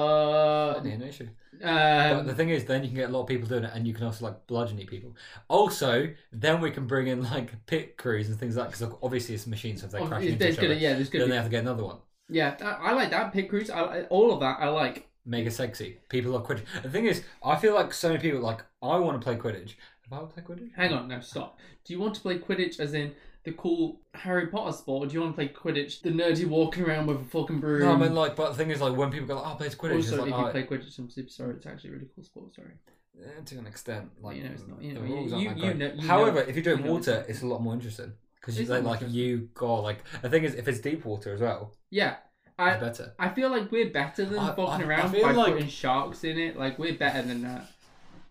Speaker 4: but
Speaker 3: Not an issue. But the
Speaker 4: um,
Speaker 3: thing is, then you can get a lot of people doing it, and you can also like bludgeon eat people. Also, then we can bring in like pit crews and things like because obviously it's machines, so if they
Speaker 4: oh,
Speaker 3: crash
Speaker 4: there's
Speaker 3: into each
Speaker 4: gonna-
Speaker 3: other,
Speaker 4: yeah, there's
Speaker 3: then
Speaker 4: gonna
Speaker 3: they
Speaker 4: be,
Speaker 3: have to get another one.
Speaker 4: yeah. that- I like that pit crews. I, I all of that. I like.
Speaker 3: Make it sexy. People are Quidditch. The thing is, I feel like so many people like I want to play Quidditch. Have I played Quidditch?
Speaker 4: Hang on, no stop. Do you want to play Quidditch as in the cool Harry Potter sport, or do you want to play Quidditch the nerdy walking around with a fucking broom?
Speaker 3: No, I mean like, but the thing is, like when people go, like, "Oh, I played Quidditch,"
Speaker 4: also,
Speaker 3: it's
Speaker 4: if
Speaker 3: like,
Speaker 4: you
Speaker 3: "Oh,
Speaker 4: play Quidditch, I'm super sorry. It's actually a really cool sport. Sorry.
Speaker 3: eh, to an extent, like
Speaker 4: You know, it's not- you
Speaker 3: the
Speaker 4: know,
Speaker 3: rules
Speaker 4: you-
Speaker 3: aren't
Speaker 4: you-
Speaker 3: that
Speaker 4: you
Speaker 3: great.
Speaker 4: know- you know-
Speaker 3: However, if you do it
Speaker 4: you
Speaker 3: in
Speaker 4: know
Speaker 3: water,
Speaker 4: it's-
Speaker 3: it's a lot more interesting because you
Speaker 4: It's not
Speaker 3: like, like
Speaker 4: interesting.
Speaker 3: you got like the thing is, if it's deep water as well,
Speaker 4: Yeah, I
Speaker 3: it's better.
Speaker 4: I feel like we're better than
Speaker 3: I-
Speaker 4: fucking
Speaker 3: I- I
Speaker 4: around
Speaker 3: feel
Speaker 4: by
Speaker 3: like-
Speaker 4: putting sharks in it. Like we're better than that.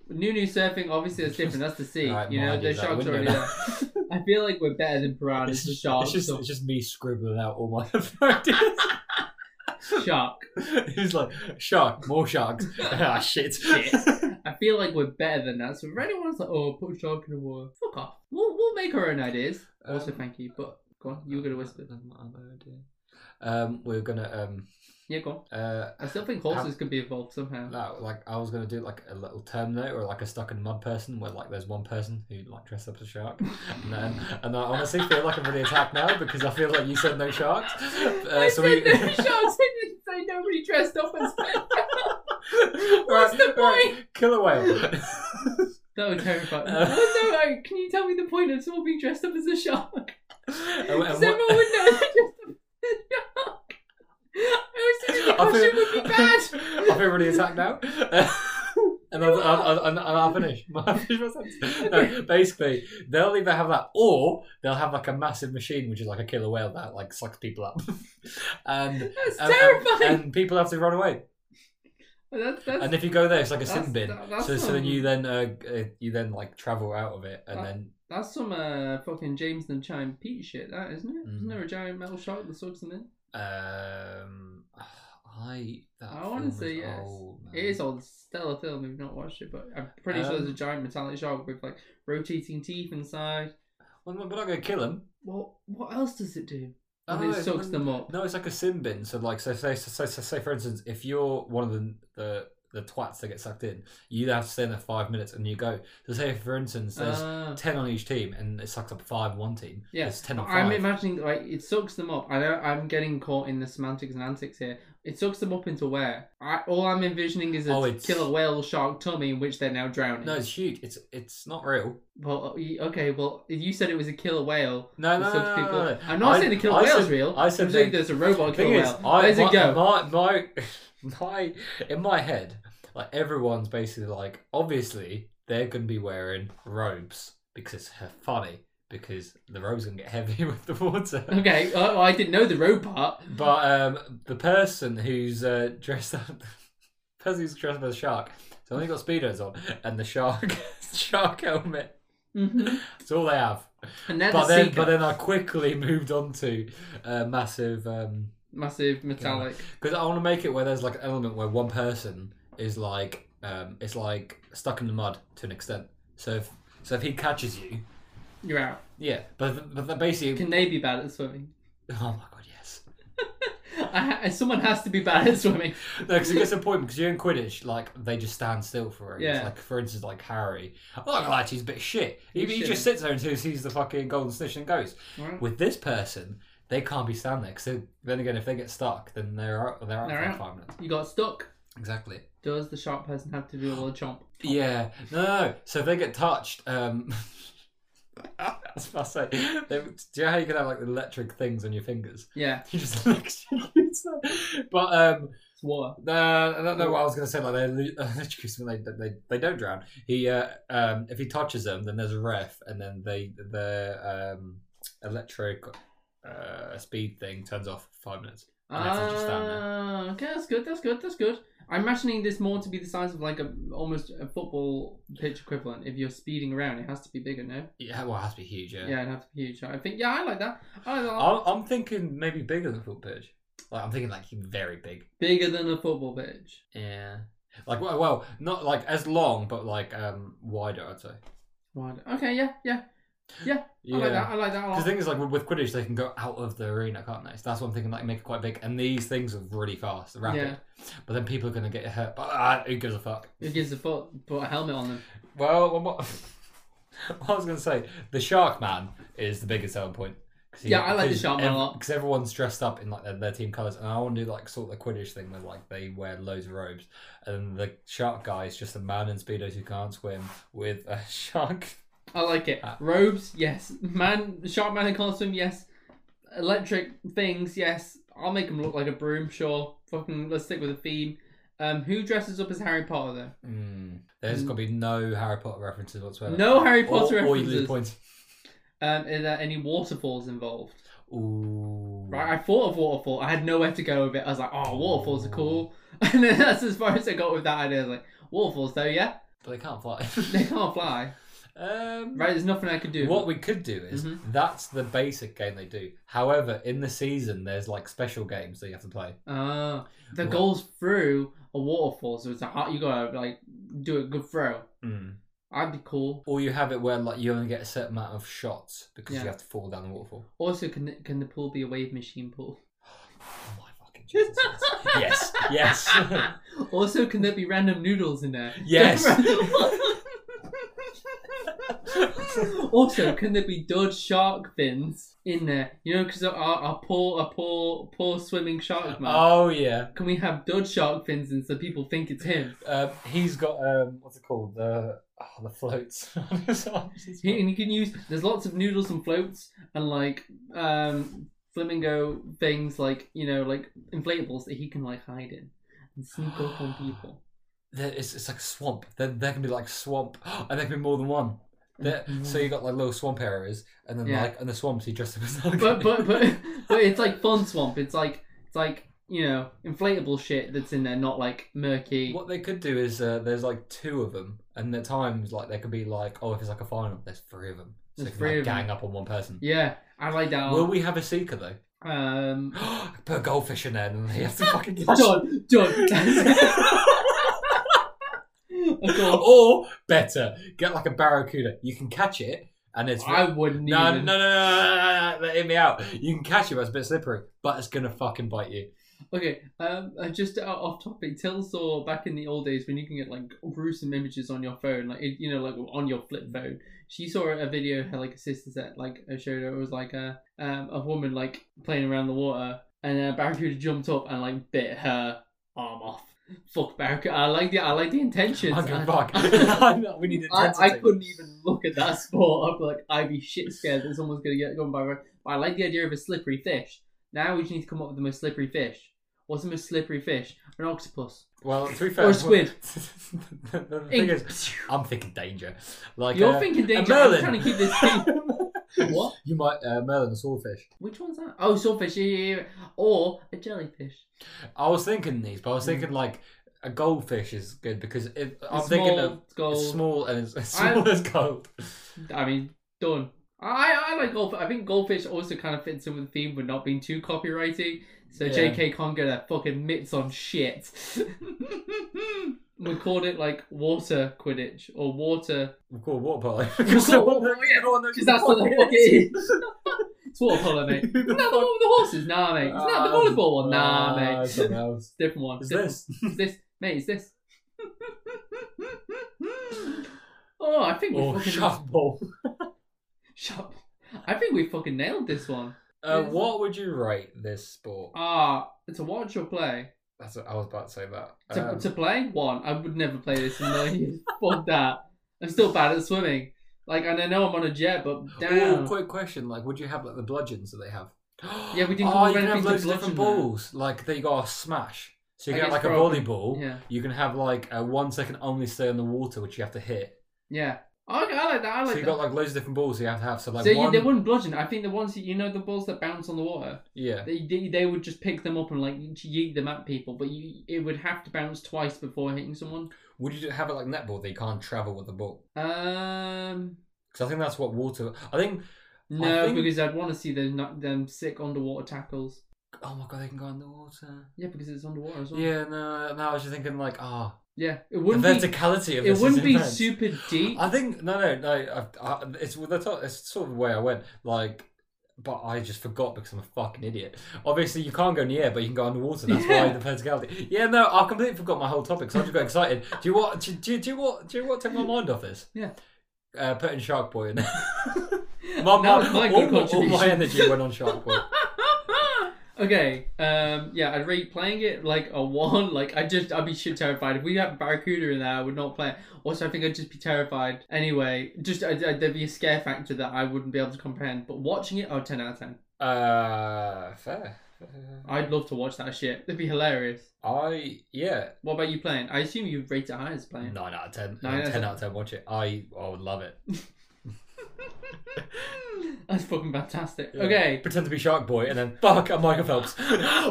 Speaker 4: New new surfing, obviously, that's different. That's the sea.
Speaker 3: Right,
Speaker 4: you know,
Speaker 3: mind
Speaker 4: the
Speaker 3: is out
Speaker 4: sharks
Speaker 3: window
Speaker 4: are already
Speaker 3: now.
Speaker 4: there. I feel like we're better than piranhas. The sharks,
Speaker 3: It's just,
Speaker 4: so-
Speaker 3: it's just me scribbling out all my ideas.
Speaker 4: shark.
Speaker 3: He's like, shark, more sharks. ah, shit.
Speaker 4: Shit. I feel like we're better than that. So if anyone's like, "Oh, put a shark in the water," fuck off. We'll we'll make our own ideas. also,
Speaker 3: Um,
Speaker 4: thank you. But go on, you were gonna whisper.
Speaker 3: Um, we are gonna um
Speaker 4: Yeah, go on.
Speaker 3: uh
Speaker 4: I still think horses could be involved somehow.
Speaker 3: no, like I was gonna do like a little Terminator or like a stuck in mud person where like there's one person who like dressed up as a shark and then and I honestly feel like I'm really attacked now because I feel like you said no sharks.
Speaker 4: I
Speaker 3: Uh, so
Speaker 4: said
Speaker 3: we
Speaker 4: no sharks. I didn't say nobody dressed up as
Speaker 3: Right,
Speaker 4: the
Speaker 3: right, Killer whale.
Speaker 4: That would terrify me.
Speaker 3: Uh,
Speaker 4: no, no, can you tell me the point of someone being dressed up as a shark?
Speaker 3: And- and
Speaker 4: Because
Speaker 3: what-
Speaker 4: everyone would know they're dressed up as a shark. I was thinking the costume would be bad.
Speaker 3: I feel really attacked now. and I'll, I'll, I'll, and I'll finish. I'll finish my sentence. No, basically, they'll either have that or they'll have like a massive machine, which is like a killer whale that like sucks people up. and,
Speaker 4: That's
Speaker 3: and, Um, and,
Speaker 4: terrifying.
Speaker 3: and people have to run away.
Speaker 4: That's- that's-
Speaker 3: And if you go there, it's like a
Speaker 4: That's-
Speaker 3: sin bin.
Speaker 4: that- that's
Speaker 3: so, so then
Speaker 4: some-
Speaker 3: you then uh, uh, you then like travel out of it and
Speaker 4: That-
Speaker 3: then
Speaker 4: that's some uh, fucking James and Chime Pete shit, that, isn't it?
Speaker 3: Mhm.
Speaker 4: not there a giant metal shark that sucks them in?
Speaker 3: um I that
Speaker 4: I
Speaker 3: film
Speaker 4: wanna
Speaker 3: is
Speaker 4: say yes.
Speaker 3: old, man.
Speaker 4: It is old stellar film if you've not watched it, but I'm pretty sure there's a
Speaker 3: Um,
Speaker 4: giant metallic shark with like rotating teeth inside.
Speaker 3: Well, we're not gonna kill him.
Speaker 4: Well, what else does it do?
Speaker 3: Oh,
Speaker 4: And
Speaker 3: no,
Speaker 4: it
Speaker 3: it's
Speaker 4: sucks
Speaker 3: not-
Speaker 4: them up.
Speaker 3: No, it's like a sin bin. So, like, so say, so, so, so, say for instance, if you're one of the, the the twats that get sucked in, you have to stay in there five minutes and you go. So, say for instance, there's
Speaker 4: Ah.
Speaker 3: ten on each team, and it sucks up five on one team.
Speaker 4: Yeah,
Speaker 3: it's ten on 5
Speaker 4: I'm imagining like it sucks them up. I know I'm getting caught in the semantics and antics here. It sucks them up into where? I, all I'm envisioning is a
Speaker 3: Oh, it's-
Speaker 4: killer whale shark tummy in which they're now drowning.
Speaker 3: no, it's huge. It's it's not real.
Speaker 4: Well, y- okay. Well, if you said it was a killer whale.
Speaker 3: No, no, no,
Speaker 4: with some
Speaker 3: no, no,
Speaker 4: people-
Speaker 3: no, no.
Speaker 4: I'm not
Speaker 3: I-
Speaker 4: saying the killer
Speaker 3: I
Speaker 4: whale's
Speaker 3: said-
Speaker 4: real.
Speaker 3: I
Speaker 4: I
Speaker 3: said
Speaker 4: am saying
Speaker 3: that-
Speaker 4: there's a robot
Speaker 3: The thing
Speaker 4: killer
Speaker 3: is,
Speaker 4: whale.
Speaker 3: I,
Speaker 4: There's
Speaker 3: my,
Speaker 4: a go.
Speaker 3: my my my my like everyone's basically like, obviously they're going to be wearing robes because it's h- funny because the robes going to get heavy with the water.
Speaker 4: Okay, oh, I didn't know the road part.
Speaker 3: But um, the person who's uh, dressed up, the person who's dressed up as a shark, has only got speedos on and the shark shark helmet.
Speaker 4: Mhm.
Speaker 3: That's all they have.
Speaker 4: And they're
Speaker 3: But
Speaker 4: the
Speaker 3: then,
Speaker 4: seeker.
Speaker 3: but then I quickly moved on to uh, massive. Um,
Speaker 4: massive metallic.
Speaker 3: Because I want to make it where there's like an element where one person is like, um, it's like stuck in the mud to an extent. So if so if he catches you,
Speaker 4: You're out.
Speaker 3: yeah. But but that basically,
Speaker 4: Can they be bad at swimming?
Speaker 3: oh my god, yes.
Speaker 4: I ha- someone has to be bad at swimming.
Speaker 3: No, because it gets to a point because you're in Quidditch, like they just stand still for it. It's
Speaker 4: Yeah.
Speaker 3: Like for instance, like Harry. I'm not gonna lie, to you, he's a bit shit. He,
Speaker 4: He's
Speaker 3: he
Speaker 4: shit.
Speaker 3: just sits there until he sees the fucking golden snitch and goes.
Speaker 4: Right.
Speaker 3: With this person, they can't be standing there. Because then again, if they get stuck, then they're out. They're out
Speaker 4: They're
Speaker 3: for
Speaker 4: out.
Speaker 3: five minutes.
Speaker 4: You got stuck.
Speaker 3: Exactly.
Speaker 4: Does the sharp person have to do a little chomp?
Speaker 3: Yeah, no, no, no. So if they get touched, um, I was about to say, they, do you know how you can have like electric things on your fingers?
Speaker 4: Yeah,
Speaker 3: You just electrocute them. But um,
Speaker 4: it's water.
Speaker 3: no, I don't know what I was gonna say. Like they lo- electrocute them, they they they don't drown. He uh, um, if he touches them, then there's a ref, and then they the um electric uh speed thing turns off for five minutes. And that's just down there.
Speaker 4: Ah, okay, that's good. That's good. That's good. I'm imagining this more to be the size of like a almost a football pitch equivalent. If you're speeding around, it has to be bigger, no?
Speaker 3: Yeah, well, it has to be huge. Yeah,
Speaker 4: Yeah, it'd have to be huge. I think. Yeah, I like that. I like that.
Speaker 3: I'm, I'm thinking maybe bigger than foot pitch. Like I'm thinking like very big.
Speaker 4: bigger than a football pitch.
Speaker 3: Yeah. Like well, well, not like as long, but like um wider, I'd say.
Speaker 4: Right. Okay. Yeah. Yeah. I like that. I like that a
Speaker 3: The
Speaker 4: lot.
Speaker 3: thing is, like with- with Quidditch, they can go out of the arena, can't they? So that's what I'm thinking. Like make it quite big, and these things are really fast, they're rapid.
Speaker 4: Yeah.
Speaker 3: But then people are gonna get hurt. But uh, who gives a fuck?
Speaker 4: Who gives a fuck? Put a helmet on them.
Speaker 3: Well, what, what- what I was gonna say, the Shark Man is the biggest selling point. 'Cause
Speaker 4: Yeah, I like the Shark Man a lot.
Speaker 3: Because everyone's dressed up in like their, their team colours, and I want to do like sort of the Quidditch thing where like they wear loads of robes, and the shark guy is just a man in speedos who can't swim with a shark.
Speaker 4: I like it.
Speaker 3: Ah.
Speaker 4: Robes, yes. Man, sharp man and costume, yes. Electric things, yes. I'll make him look like a broom, sure. Fucking, let's stick with the theme. Um, who dresses up as Harry Potter
Speaker 3: Mm. There's got to be no Harry Potter references
Speaker 4: though?
Speaker 3: whatsoever.
Speaker 4: Hmm. No Harry Potter
Speaker 3: or, or you lose
Speaker 4: references.
Speaker 3: points.
Speaker 4: um, are there any waterfalls involved?
Speaker 3: Ooh.
Speaker 4: Right, I thought of waterfall. I had nowhere to go with it. I was like, oh, waterfalls are cool. And then that's as far as I got with that idea. I was like, waterfalls though, yeah.
Speaker 3: But they can't fly.
Speaker 4: They can't fly.
Speaker 3: um,
Speaker 4: Right, there's nothing I can do. Mm-hmm.
Speaker 3: What we could do is that's the basic game they do. However, in the season, there's like special games that you have to play.
Speaker 4: Uh, the
Speaker 3: What?
Speaker 4: goal's through a waterfall, so it's a hard, you gotta like do a good throw.
Speaker 3: Mm.
Speaker 4: I'd be cool.
Speaker 3: Or you have it where like you only get a certain amount of shots because
Speaker 4: Yeah.
Speaker 3: you have to fall down the waterfall.
Speaker 4: Also, can the- can the pool be a wave machine pool?
Speaker 3: Oh my fucking Jesus! yes, yes, yes.
Speaker 4: also, can there be random noodles in there?
Speaker 3: Yes.
Speaker 4: also, can there be Dodge shark fins in there? You know, because our, our poor, our poor, poor swimming shark man.
Speaker 3: oh yeah.
Speaker 4: can we have Dodge shark fins in so people think it's him?
Speaker 3: Um, he's got um, what's it called? The oh, the floats on his arms. as well.
Speaker 4: He- and you can use there's lots of noodles and floats and like um flamingo things like you know like inflatables that he can like hide in and sneak up on people
Speaker 3: there, it's, it's like a swamp. There, there can be like swamp, and there can be more than one. There, So you got like little swamp areas, and then
Speaker 4: Mm. Yeah.
Speaker 3: like in the swamps, you dress up as like.
Speaker 4: but but but but it's like fun swamp it's like it's like you know inflatable shit that's in there not like murky
Speaker 3: what they could do is uh, there's like two of them, and at times like there could be like oh if it's like a final, there's three of them, so
Speaker 4: There's
Speaker 3: they
Speaker 4: three
Speaker 3: can like,
Speaker 4: of 'em.
Speaker 3: gang up on one person.
Speaker 4: yeah i like that
Speaker 3: Will
Speaker 4: one.
Speaker 3: we have a seeker though?
Speaker 4: um
Speaker 3: Put a goldfish in there, and he has to fucking.
Speaker 4: done done Of course.
Speaker 3: or better, get like a barracuda. You can catch it, and it's
Speaker 4: i wouldn't
Speaker 3: No, no,
Speaker 4: even.
Speaker 3: no, no, no, no, no, no, hit me out. You can catch it, but it's a bit slippery, but it's gonna fucking bite you.
Speaker 4: Okay, um, uh, just out off topic, Tell saw back in the old days when you can get like gruesome images on your phone, like you know, like on your flip phone. She saw a video her like a sister set like uh, showed her it was like a um, a woman like playing around the water, and a barracuda jumped up and like bit her arm off. Fuck barracuda! I like the I like the intentions.
Speaker 3: I can
Speaker 4: I-
Speaker 3: fuck.
Speaker 4: I,
Speaker 3: we need
Speaker 4: I,
Speaker 3: intensity.
Speaker 4: I couldn't even look at that spot. I'd be like, I'd be shit scared that someone's gonna get gone by. a- But I like the idea of a slippery fish. Now we just need to come up with the most slippery fish. What's the most slippery fish? An octopus.
Speaker 3: Well, to be fair,
Speaker 4: Or squid.
Speaker 3: the thing
Speaker 4: Ink.
Speaker 3: is, I'm thinking danger. Like
Speaker 4: You're
Speaker 3: uh,
Speaker 4: thinking danger.
Speaker 3: a
Speaker 4: I'm
Speaker 3: merlin.
Speaker 4: trying to keep this thing. what?
Speaker 3: You might uh, merlin a swordfish.
Speaker 4: Which one's that? Oh, swordfish. Yeah, yeah, yeah. Or a jellyfish.
Speaker 3: I was thinking these, but I was
Speaker 4: Mm.
Speaker 3: thinking like a goldfish is good because if
Speaker 4: A
Speaker 3: I'm
Speaker 4: small
Speaker 3: thinking of
Speaker 4: gold.
Speaker 3: it's small and it's as small
Speaker 4: I-
Speaker 3: as gold.
Speaker 4: I mean, done. I, I like goldfish. I think goldfish also kind of fits in with the theme, but not being too copyrighty. So
Speaker 3: Yeah.
Speaker 4: JK can't get their fucking mitts on shit. we called it like water quidditch or water
Speaker 3: We call it water polo.
Speaker 4: water polo, yeah, because that's what the fuck it is. it's water polo, mate.
Speaker 3: Who the
Speaker 4: Not the
Speaker 3: fuck-
Speaker 4: one with the horses, nah, mate. It's not the
Speaker 3: Ah,
Speaker 4: volleyball one, nah,
Speaker 3: ah,
Speaker 4: mate. It's a
Speaker 3: Something else.
Speaker 4: different one.
Speaker 3: Is
Speaker 4: different
Speaker 3: this?
Speaker 4: It's this, mate. It's this. oh, I think we
Speaker 3: Or
Speaker 4: fucking
Speaker 3: shuffle.
Speaker 4: Shut. I think we fucking nailed this one.
Speaker 3: Uh,
Speaker 4: Yes.
Speaker 3: what would you rate this sport?
Speaker 4: Ah, to watch or play.
Speaker 3: That's what I was about to say that.
Speaker 4: To,
Speaker 3: Um,
Speaker 4: to play one, I would never play this in a million years. Fuck that. I'm still bad at swimming. Like, and I know I'm on a jet, but
Speaker 3: Oh,
Speaker 4: damn.
Speaker 3: quick question. Like, would you have like the bludgeons that they have?
Speaker 4: Yeah, we didn't
Speaker 3: Oh,
Speaker 4: call
Speaker 3: you can have
Speaker 4: anything
Speaker 3: loads
Speaker 4: the
Speaker 3: of different
Speaker 4: bludgeon, though.
Speaker 3: balls. Like, they got a smash. So you
Speaker 4: I
Speaker 3: get
Speaker 4: guess
Speaker 3: like a
Speaker 4: for open-
Speaker 3: volleyball.
Speaker 4: yeah,
Speaker 3: You can have like a one second only stay on the water, which you have to hit.
Speaker 4: yeah. I, I like that. I like
Speaker 3: so you
Speaker 4: that.
Speaker 3: got like loads of different balls you have to have. So like
Speaker 4: Oh, so
Speaker 3: one,
Speaker 4: you, they wouldn't bludgeon. I think the ones that, you know, the balls that bounce on the water,
Speaker 3: yeah,
Speaker 4: they, they they would just pick them up and like yeet them at people. But you, it would have to bounce twice before hitting someone.
Speaker 3: would you have it like netball that you can't travel with the ball?
Speaker 4: Um,
Speaker 3: Because I think that's what water. I think.
Speaker 4: no,
Speaker 3: think-
Speaker 4: because I'd want to see them not- them sick underwater tackles.
Speaker 3: Oh my god, they can go underwater.
Speaker 4: Yeah, because it's underwater as well.
Speaker 3: Yeah, no, no. I was just thinking like, ah,
Speaker 4: Yeah, it
Speaker 3: the
Speaker 4: wouldn't be.
Speaker 3: verticality of
Speaker 4: It
Speaker 3: this
Speaker 4: wouldn't
Speaker 3: is
Speaker 4: be
Speaker 3: immense.
Speaker 4: super deep.
Speaker 3: I think no, no, no. I, I, it's well, that's, it's sort of the way I went. Like, but I just forgot because I'm a fucking idiot. Obviously, you can't go in the air, but you can go underwater. That's
Speaker 4: Yeah.
Speaker 3: why the verticality. Yeah, no, I completely forgot my whole topic. So I just got excited. Do you what? Do, do, do you what? Do you what? Take my mind off this.
Speaker 4: Yeah.
Speaker 3: Uh, putting Shark Boy in. there.
Speaker 4: That
Speaker 3: my,
Speaker 4: was
Speaker 3: my, all, my-
Speaker 4: my good
Speaker 3: all my
Speaker 4: contribution.
Speaker 3: energy went on Shark Boy.
Speaker 4: okay. Um. Yeah, I'd rate playing it like a one. Like I just, I'd be shit terrified. If we had Barracuda in there, I would not play. it. Also, I think I'd just be terrified. Anyway, just I, I, there'd be a scare factor that I wouldn't be able to comprehend. But watching it, oh, 10 out of ten.
Speaker 3: Uh, fair.
Speaker 4: I'd love to watch that shit. It'd be hilarious.
Speaker 3: I yeah
Speaker 4: What about you playing? I assume you rate it high as playing.
Speaker 3: nine out of ten. uh,
Speaker 4: Nine out of
Speaker 3: ten
Speaker 4: ten.
Speaker 3: out of ten. Watch it. I I would love it.
Speaker 4: That's fucking fantastic.
Speaker 3: Yeah.
Speaker 4: Okay.
Speaker 3: Pretend to be Shark Boy and then fuck, I'm Michael Phelps.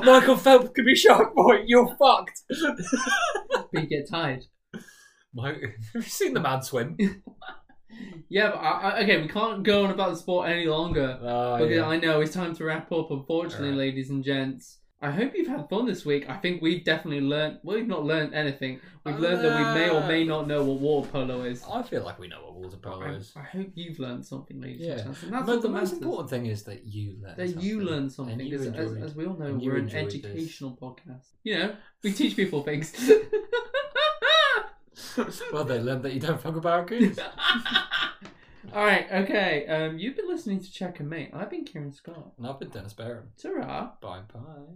Speaker 3: Michael Phelps could be Shark Boy. You're fucked.
Speaker 4: We get tired.
Speaker 3: My, have you seen the man swim? Uh,
Speaker 4: Yeah, but I, I, okay, we can't go on about the sport any longer.
Speaker 3: Uh,
Speaker 4: Okay, I know it's time to wrap up. Unfortunately,
Speaker 3: Alright.
Speaker 4: ladies and gents, I hope you've had fun this week. I think we've definitely learned. Well, we've not learned anything. We've learned that we may or may not know what water polo is.
Speaker 3: I feel like we know what water polo
Speaker 4: I,
Speaker 3: is.
Speaker 4: I hope you've learned something, ladies and
Speaker 3: Yeah.
Speaker 4: gents. And that's
Speaker 3: But
Speaker 4: all
Speaker 3: the
Speaker 4: that
Speaker 3: most
Speaker 4: matters.
Speaker 3: important thing is that you learn.
Speaker 4: That you learn something.
Speaker 3: And you
Speaker 4: because as,
Speaker 3: enjoyed-
Speaker 4: as we all know,
Speaker 3: and you
Speaker 4: we're an
Speaker 3: enjoyed this.
Speaker 4: educational podcast. You know, we teach people things.
Speaker 3: well, they learned that you don't fuck about kids.
Speaker 4: all right, okay. Um, you've been listening to Check and Mate. I've been Kieran Scott.
Speaker 3: and I've been Dennis Barron.
Speaker 4: Ta-ra.
Speaker 3: Bye bye.